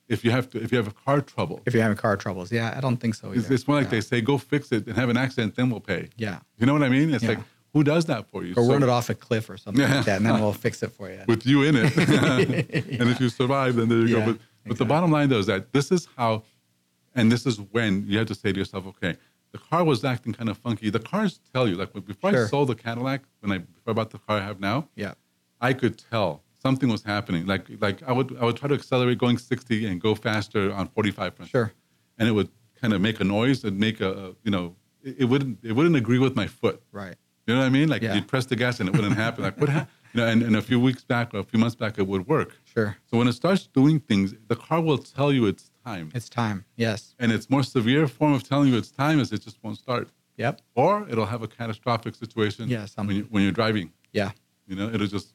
if you have to if you have a car trouble. If you're having car troubles, yeah, I don't think so either. it's, it's more like yeah. they say, go fix it and have an accident, then we'll pay. Yeah. You know what I mean? It's Yeah. like who does that for you? Or So run it off a cliff or something like that, and then we'll fix it for you. with you in it. And if you survive, then there you Yeah, go. But, but the bottom line though is that this is how and this is when you have to say to yourself, okay, the car was acting kind of funky. The cars tell you, like before I Sure. sold the Cadillac, when I before I bought the car I have now, Yeah. I could tell something was happening. Like like I would I would try to accelerate going 60 and go faster on 45. for instance. Sure. And it would kind of make a noise and make a, a- you know it, it wouldn't it wouldn't agree with my foot. Right. You know what I mean? Like Yeah. you'd press the gas and it wouldn't happen. Like what happened? You know, and, and a few weeks back or a few months back it would work. Sure. So when it starts doing things, the car will tell you it's time. It's time. Yes. and its more severe form of telling you it's time is it just won't start. Yep. Or it'll have a catastrophic situation Yeah, when, something. you, when you're driving. Yeah. You know, it'll just,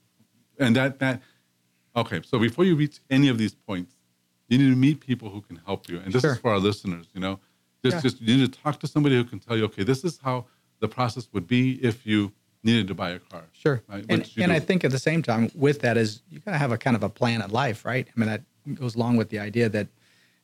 and that, that, okay, so before you reach any of these points, you need to meet people who can help you. And this Sure. is for our listeners, you know, just, Yeah. just, you need to talk to somebody who can tell you, okay, this is how the process would be if you needed to buy a car. Sure. Right, and which you and I do. think at the same time with that is you gotta have a kind of a plan in life, right? I mean that goes along with the idea that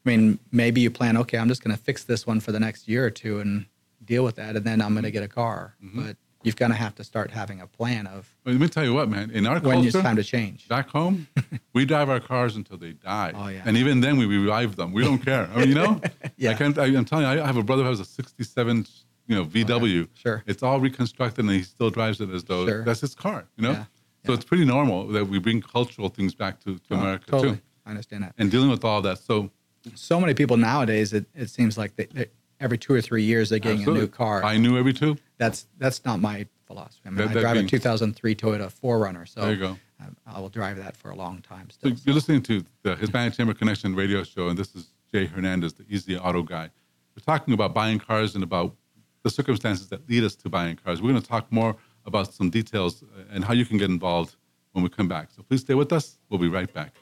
I mean, maybe you plan, okay, I'm just gonna fix this one for the next year or two and deal with that and then I'm gonna get a car. Mm-hmm. But you've gotta have to start having a plan of But let me tell you what, man, in our when culture, it's time to change. back home, we drive our cars until they die. Oh, yeah. And even then, we revive them. We don't care. I mean, you know? Yeah. I can't, I, I'm telling you, I have a brother who has a 67, you know, VW. Oh, Sure. It's all reconstructed and he still drives it as though Sure. that's his car, you know? Yeah, So yeah. Oh, it's pretty normal that we bring cultural things back to, to America, totally. too. I understand that. And dealing with all that. So So many people nowadays it, it seems like they, they every two or three years they're getting a absolutely. new car. I knew every two. that's that's not my philosophy. I mean, That- I that drive being- a 2003 Toyota 4Runner, so There you go. I, I will drive that for a long time So still. you're listening to the Hispanic Chamber Connection radio show, and this is Jay Hernandez, the Easy Auto Guy. We're talking about buying cars and about the circumstances that lead us to buying cars. We're going to talk more about some details uh, and how you can get involved when we come back. So please stay with us. We'll be right back.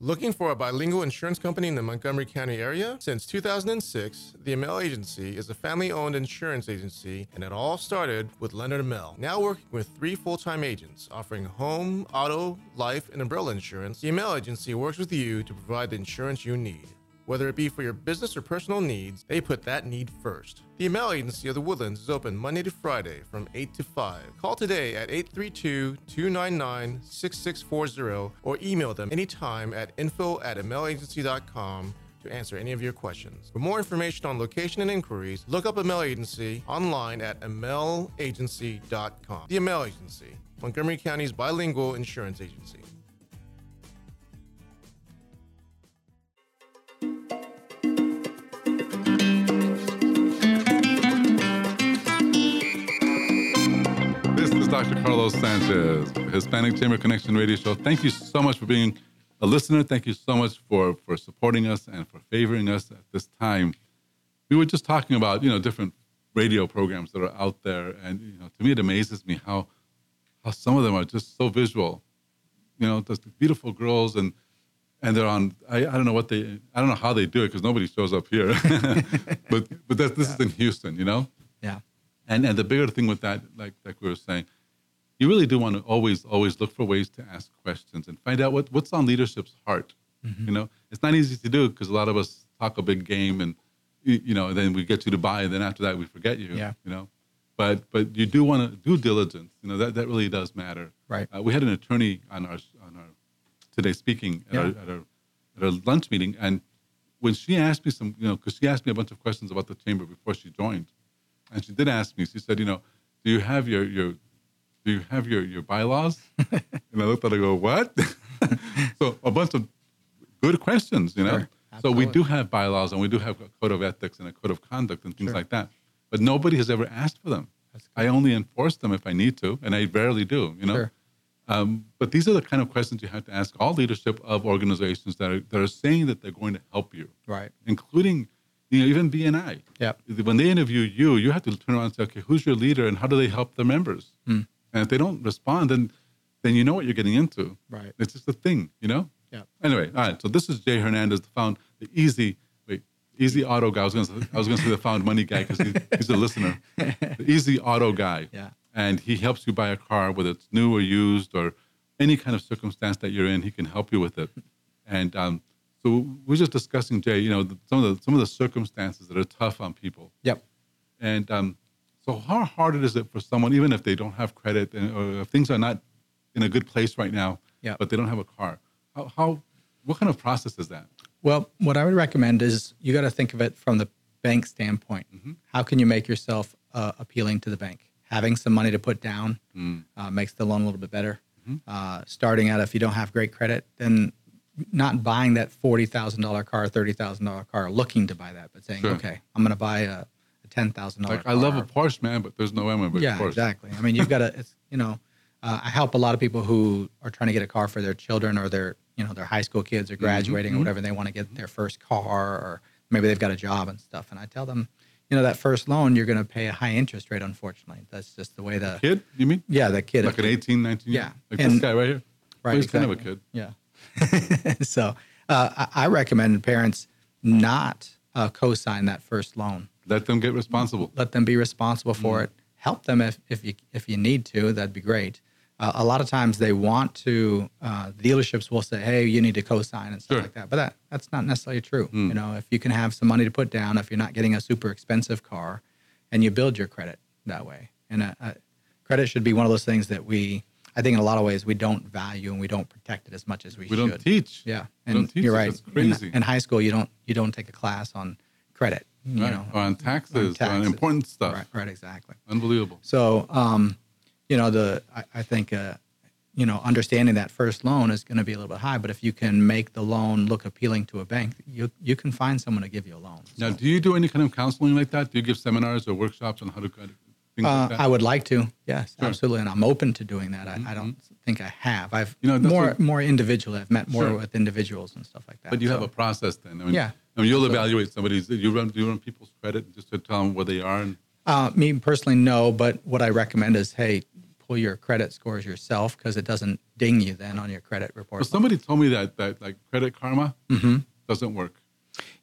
Looking for a bilingual insurance company in the Montgomery County area? Since 2006, the ML Agency is a family owned insurance agency, and it all started with Leonard Amell. Now working with three full time agents offering home, auto, life, and umbrella insurance, the ML Agency works with you to provide the insurance you need. Whether it be for your business or personal needs, they put that need first. The Amel Agency of the Woodlands is open Monday to Friday from 8 to 5. Call today at 832 299 6640 or email them anytime at info at amelagency.com to answer any of your questions. For more information on location and inquiries, look up Amel Agency online at amelagency.com. The Amel Agency, Montgomery County's bilingual insurance agency. This is Dr. Carlos Sanchez, Hispanic Chamber Connection Radio Show. Thank you so much for being a listener. Thank you so much for for supporting us and for favoring us at this time. We were just talking about you know different radio programs that are out there, and you know to me it amazes me how how some of them are just so visual. You know, just beautiful girls and and they're on. I, I don't know what they. I don't know how they do it because nobody shows up here. but but that, this is in Houston, you know. Yeah. And and the bigger thing with that, like like we were saying, you really do want to always always look for ways to ask questions and find out what what's on leadership's heart. You know, it's not easy to do because a lot of us talk a big game and y- you know then we get you to buy and then after that we forget you. Yeah. You know, but but you do want to due diligence. You know that that really does matter. Right. Uh, we had an attorney on our on our today speaking at, our, Yeah. at our at our lunch meeting and when she asked me some you know because she asked me a bunch of questions about the chamber before she joined and she did ask me she said you know do you have your your do you have your your bylaws and i looked at her and go what so a bunch of good questions you know Sure. so we do have bylaws and we do have a code of ethics and a code of conduct and things like that but nobody has ever asked for them i only enforce them if i need to and i rarely do you know Sure. um, but these are the kind of questions you have to ask all leadership of organizations that are that are saying that they're going to help you, Right. including you know even BNI. Yep. When they interview you, you have to turn around and say, okay, who's your leader and how do they help their members? And if they don't respond, then then you know what you're getting into. Right. It's just a thing, you know. Yep. Anyway, all right. So this is Jay Hernandez, the found the easy wait easy auto guy. I was gonna say, I was gonna say the found money guy because he, he's a listener. The easy auto guy. Yeah. And he helps you buy a car, whether it's new or used or any kind of circumstance that you're in, he can help you with it. And um, so we're just discussing Jay. You know, the, some of the some of the circumstances that are tough on people. Yep. And um, so, how hard is it for someone, even if they don't have credit and, or if things are not in a good place right now, Yeah. but they don't have a car? How, how, what kind of process is that? Well, what I would recommend is you got to think of it from the bank standpoint. Mm-hmm. How can you make yourself uh, appealing to the bank? Having some money to put down Mm. uh, makes the loan a little bit better. Mm-hmm. Uh, starting out, if you don't have great credit, then not buying that forty thousand dollar car, thirty thousand dollar car, looking to buy that, but saying, Sure. okay, I'm going to buy a, a ten thousand dollar. Like, I love a Porsche, man, but there's no M of yeah, Porsche. exactly. I mean, you've got to, it's, you know, uh, I help a lot of people who are trying to get a car for their children or their, you know, their high school kids Mm-hmm, are graduating or whatever. and They want to get their first car or maybe they've got a job and stuff. And I tell them, you know, that first loan, you're going to pay a high interest rate, unfortunately. That's just the way the, Kid, you mean? yeah, the kid. Like an 18, 19 Yeah. Like this And- guy right here? Right, Well, he's kind of a exactly. kid. Yeah. so uh, I, I recommend parents not uh, co-sign that first loan. Let them get responsible. let them be responsible for Mm. it. Help them if, if you if you need to. That'd be great. Uh, a lot of times they want to. Uh, dealerships will say, "Hey, you need to co-sign and stuff Sure. Mm. like that," but that that's not necessarily true. You know, if you can have some money to put down, if you're not getting a super expensive car, and you build your credit that way, and uh, uh, credit should be one of those things that we, I think, in a lot of ways, we don't value and we don't protect it as much as we, We should. don't teach. Yeah, We and don't teach you're it. right. That's crazy. In, in high school, you don't you don't take a class on credit. You right? know, or on taxes, or on taxes. important stuff. Right, right, exactly. Unbelievable. So, um, you know, the I, I think, uh, you know, understanding that first loan is going to be a little bit high, but if you can make the loan look appealing to a bank, you you can find someone to give you a loan. Now, do you do any kind of counseling like that? Do you give seminars or workshops on how to kind of Things Uh, like that? Mm-hmm. I would like to, yes, absolutely, and I'm open to doing that. I, I don't think I have. I've You know, that's more what- more individually. I've met more Sure. with individuals and stuff like that. But you have so- a process then. I mean, Yeah. I mean, you'll evaluate somebody's. You run. Do you run people's credit just to tell them where they are? And Uh, me personally, no. But what I recommend is, hey, pull your credit scores yourself because it doesn't ding you then on your credit report. well, somebody told me that that like Credit Karma Mm-hmm. doesn't work.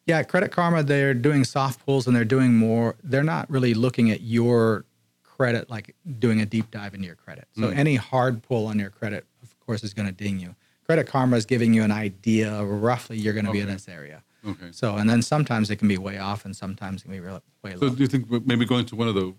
yeah, Credit Karma, they're doing soft pulls and they're doing more. They're not really looking at your credit, like doing a deep dive into your credit. So Hmm. any hard pull on your credit, of course, is going to ding you. Credit Karma is giving you an idea of roughly you're going to be in Okay. this area. Okay. So, and then sometimes it can be way off and sometimes it can be real- way So low. do you think maybe going to one of the,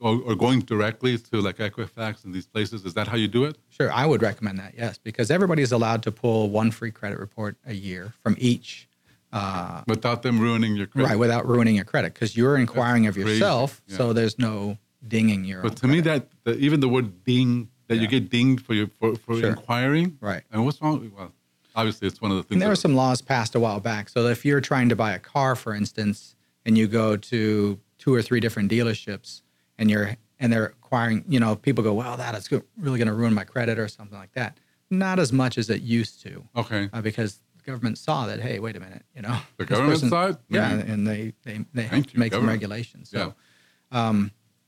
or, or going directly to like Equifax and these places is that how you do it? Sure, I would recommend that, yes, because everybody is allowed to pull one free credit report a year from each, uh, Without them ruining your credit. right, without ruining your credit, because you're inquiring of crazy, yourself, yeah. so there's no dinging your. own But to me, credit. that the, even the word "ding" that you Yeah. get dinged for your for, for Sure. inquiring, Right. And what's wrong? Well, obviously, it's one of the things. And there were that- some laws passed a while back. So if you're trying to buy a car, for instance, and you go to two or three different dealerships, and you're and they're acquiring, you know, people go, "Well, that is go- really going to ruin my credit" or something like that. Not as much as it used to. Okay. uh, because the government saw that hey wait a minute you know The this government saw it? yeah Mhm. and they they, they Thank helped you, make some government. regulations so Yeah.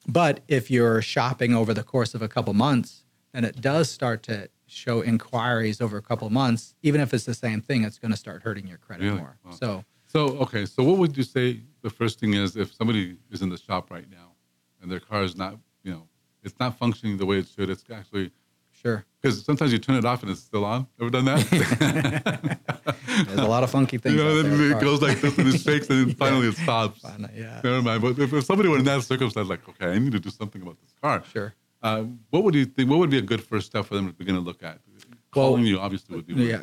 but if you're shopping over the course of a couple months then it does start to show inquiries over a couple months even if it's the same thing it's going to start hurting your credit Really? more Wow. so So okay. So what would you say the first thing is if somebody is in the shop right now and their car is not, you know, it's not functioning the way it should. It's actually sure because sometimes you turn it off and it's still on. Ever done that? there's a lot of funky things you out know, there then with it cars. goes like this and it shakes and then finally it stops. Fine, yeah Never mind. But if, if somebody were in that circumstance, like, okay, I need to do something about this car. sure Uh, what would you think? What would be a good first step for them to begin to look at? Calling you Mm-hmm. obviously would be one. yeah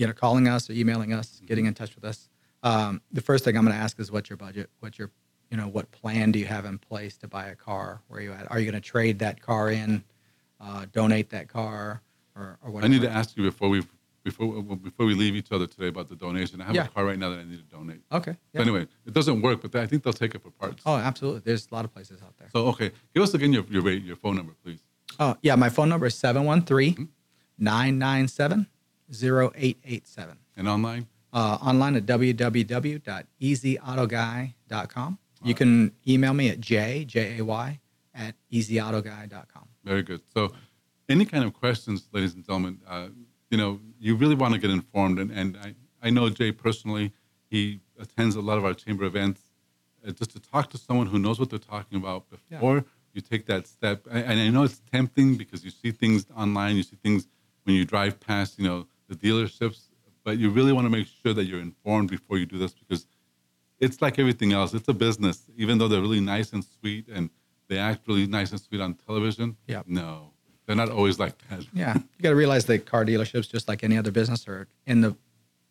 you know calling us or emailing us getting in touch with us um, the first thing i'm going to ask is what's your budget what's your you know what plan do you have in place to buy a car where are you at are you going to trade that car in uh, donate that car or, or I whatever need to ask you before we before before we leave each other today about the donation. I have Yeah. a car right now that I need to donate. okay But yeah. anyway, it doesn't work, but I think they'll take it for parts. oh absolutely there's a lot of places out there So okay, give us again your your rate, your phone number, please. oh yeah my phone number is Mm-hmm. 713-997-0887 And online, uh, online at www.easyautoguy.com you can email me at j j a y at easyautoguy.com very good. So, any kind of questions, ladies and gentlemen, uh, you know, you really want to get informed, and and I I know Jay personally. He attends a lot of our chamber events. Uh, just to talk to someone who knows what they're talking about Yeah. before you take that step. And, and I know it's tempting because you see things online, you see things when you drive past, you know, the dealerships. But you really want to make sure that you're informed before you do this because it's like everything else. It's a business. Even though they're really nice and sweet and they act really nice and sweet on television, Yeah. no, they're not always like that. Yeah, you got to realize that car dealerships, just like any other business, are in the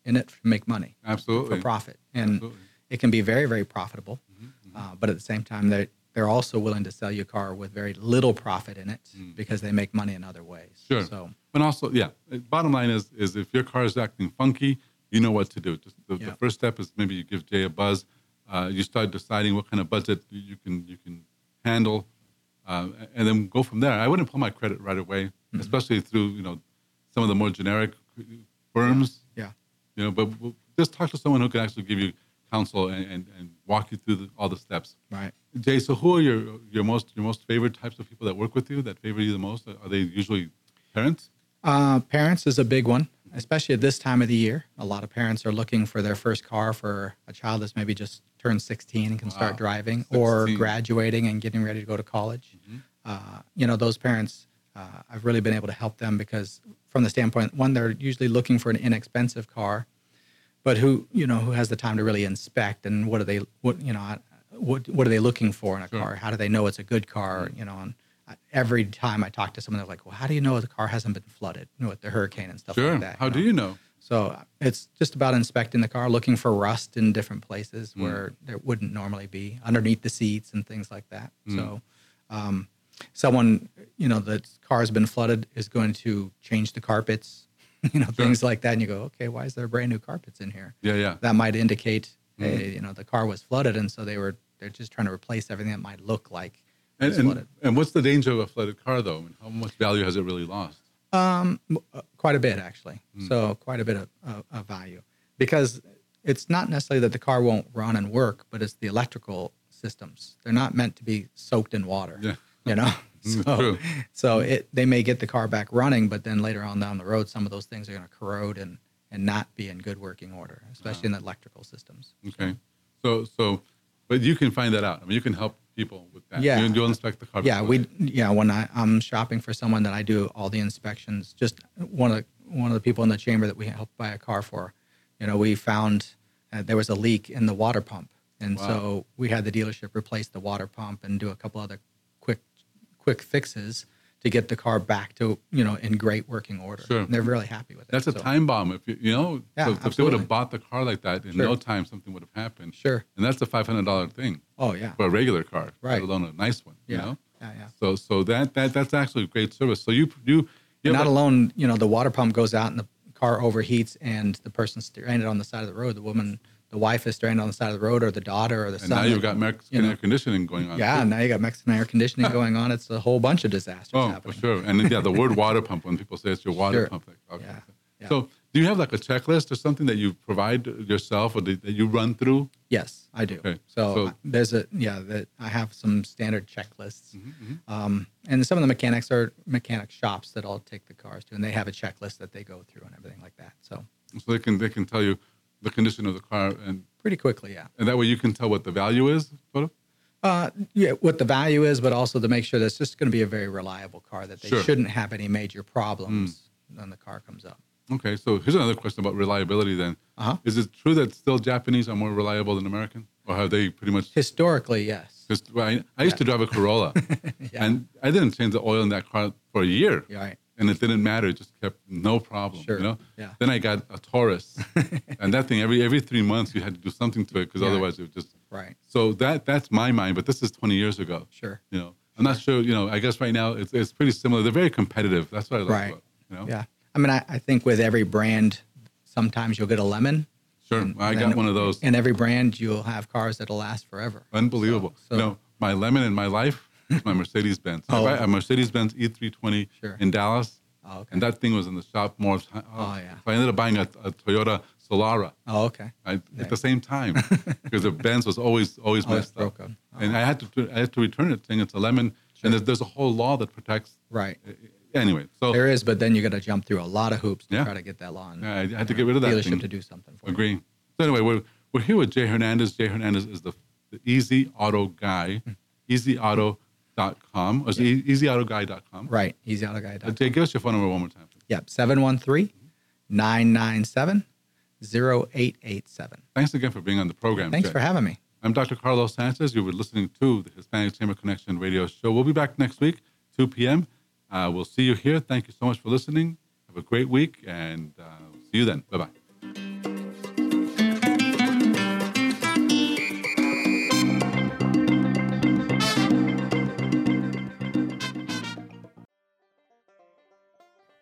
in it to make money for Absolutely. profit, and Oh, Absolutely. Mm-hmm, it can be very, very profitable. Uh, but at the same time, they they're also willing to sell you a car with very little profit in it because they make money in other ways. Mm. Sure. So But also, yeah. uh, Bottom line is, is if your car is acting funky, you know what to do. Just the, the Yeah. first step is maybe you give Jay a buzz. Uh, you start deciding what kind of budget you- you can you can handle, uh, and then go from there. I wouldn't pull my credit right away, Mm-hmm. especially through you know some of the more generic firms. yeah, You know, but w- just talk to someone who can actually give you counsel and, and, and walk you through the, all the steps. right. Jay, so who are your your most your most favorite types of people that work with you that favor you the most? Are they usually parents? Uh, parents is a big one, especially at this time of the year. A lot of parents are looking for their first car for a child that's maybe just turned 16 and can Wow, start driving or 16. graduating and getting ready to go to college. Mm-hmm. Uh, you know, those parents, uh, I've really been able to help them because, from the standpoint, one, they're usually looking for an inexpensive car, but who, you know, who has the time to really inspect and what are they, what, you know, I- what, what are they looking for in a car? How do they know it's a good car? Mm-hmm. You know, and I- every time I talk to someone, they're like, well, how do you know the car hasn't been flooded you know, with the hurricane and stuff Sure. like that? How do you know? So uh, it's just about inspecting the car, looking for rust in different places Mm. where there wouldn't normally be, underneath the seats and things like that. Mm. So, um, someone you know that car's been flooded is going to change the carpets, you know, things like that. And you go, okay, why is there brand new carpets in here? Yeah, yeah. That might Mm-hmm. indicate, hey, you know, the car was flooded, and so they were they're just trying to replace everything that might look like And, is and, what it- and what's the danger of a flooded car, though? And how much value has it really lost? Um, m- uh, quite a bit actually. Mm. So quite a bit of, of, of value because it's not necessarily that the car won't run and work, but it's the electrical systems. They're not meant to be soaked in water. Yeah. You know. Mm, So, true. so it they may get the car back running, but then later on down the road, some of those things are going to corrode and and not be in good working order, especially in the electrical systems. Okay. So, so, but you can find that out. I mean, you can help people with that. Yeah. You, you'll inspect the car. Yeah, before we they- yeah when I, I'm shopping for someone that I do all the inspections. Just one of the, one of the people in the chamber that we helped buy a car for, you know, we found uh, there was a leak in the water pump, and Wow. so we had the dealership replace the water pump and do a couple other quick quick fixes to get the car back to you know in great working order. Sure. And they're really happy with it. That's a So, time bomb. If you, you know, Yeah, so if they would absolutely. have bought the car like that in Sure. no time, something would have happened. Sure. And that's a five hundred dollar thing Oh yeah. for a regular car, Right. Let alone a nice one. Yeah. You know. Yeah. Yeah. So, so that that that's actually a great service. So you you you And have not a- alone, you know, the water pump goes out and the car overheats and the person stranded on the side of the road. The woman, the wife is stranded on the side of the road or the daughter or the and now son. you've got Mexican you know. air conditioning going on. yeah, too. now you got Mexican air conditioning going on. It's a whole bunch of disasters Oh, happening. for sure. And then, yeah, the word water pump, when people say it's your water Sure. pump. Like, okay. Yeah, yeah. So do you have like a checklist or something that you provide yourself or that that you run through? Yes, I do. Okay, So, so- I- there's a yeah that I have some standard checklists, Mm-hmm, um, and some of the mechanics are mechanic shops that I'll take the cars to, and they have a checklist that they go through and everything like that. So So they can they can tell you the condition of the car and, pretty quickly, yeah. and that way you can tell what the value is, sort of? Uh, yeah, what the value is, but also to make sure that it's just going to be a very reliable car that they Sure. Mm. shouldn't have any major problems when the car comes up. Okay, so here's another question about reliability then. Uh-huh. Is it true that still Japanese are more reliable than American? Or have they pretty much Historically, yes. just, well, I, I used to drive a Corolla Yeah. and I didn't change the oil in that car for a year. You're right. and it didn't matter. It just kept no problem. Sure, You know. yeah. Then I got a Taurus, and that thing every every three months you had to do something to it because Yeah. otherwise it would just. Right. So that that's my mind, but this is 20 years ago. Sure. You know, I'm not sure. You know, I guess right now it's it's pretty similar. They're very competitive. That's what I like Right. about. You know. Yeah. I mean, I, I think with every brand, sometimes you'll get a lemon. Sure. I got then- one of those. And every brand, you'll have cars that'll last forever. Unbelievable. so- You know, my lemon in my life is my Mercedes Benz. Oh. I buy a Mercedes Benz E320 Sure. in Dallas. Oh, okay. And that thing was in the shop more. of time. Oh, yeah. So I ended up buying a, a Toyota Solara. Oh, okay. I, at the Nice. same time because the Benz was always always Oh, it messed up, broke up. and I had to I had to return it saying it's a lemon, and there's, there's a whole law that protects. Right. Anyway, so There is, but then you got to jump through a lot of hoops to Oh. Yeah. try to get that lawn. Yeah, I had to get rid of that Dealership thing. to do something for. you. agree. So anyway, we're we're here with Jay Hernandez. Jay Hernandez is the, the Easy Auto guy, Hmm. EasyAuto.com or is it EasyAutoGuy.com. Right. Easy out of guy. Uh, Jay, give us your phone number one more time. Yep, 713-997-0887. Thanks again for being on the program. Thanks Jay. for having me. I'm Dr. Carlos Sanchez. You were listening to the Hispanic Chamber Connection radio show. We'll be back next week, 2 p.m. Uh, we'll see you here. Thank you so much for listening. Have a great week, and uh, see you then. Bye bye.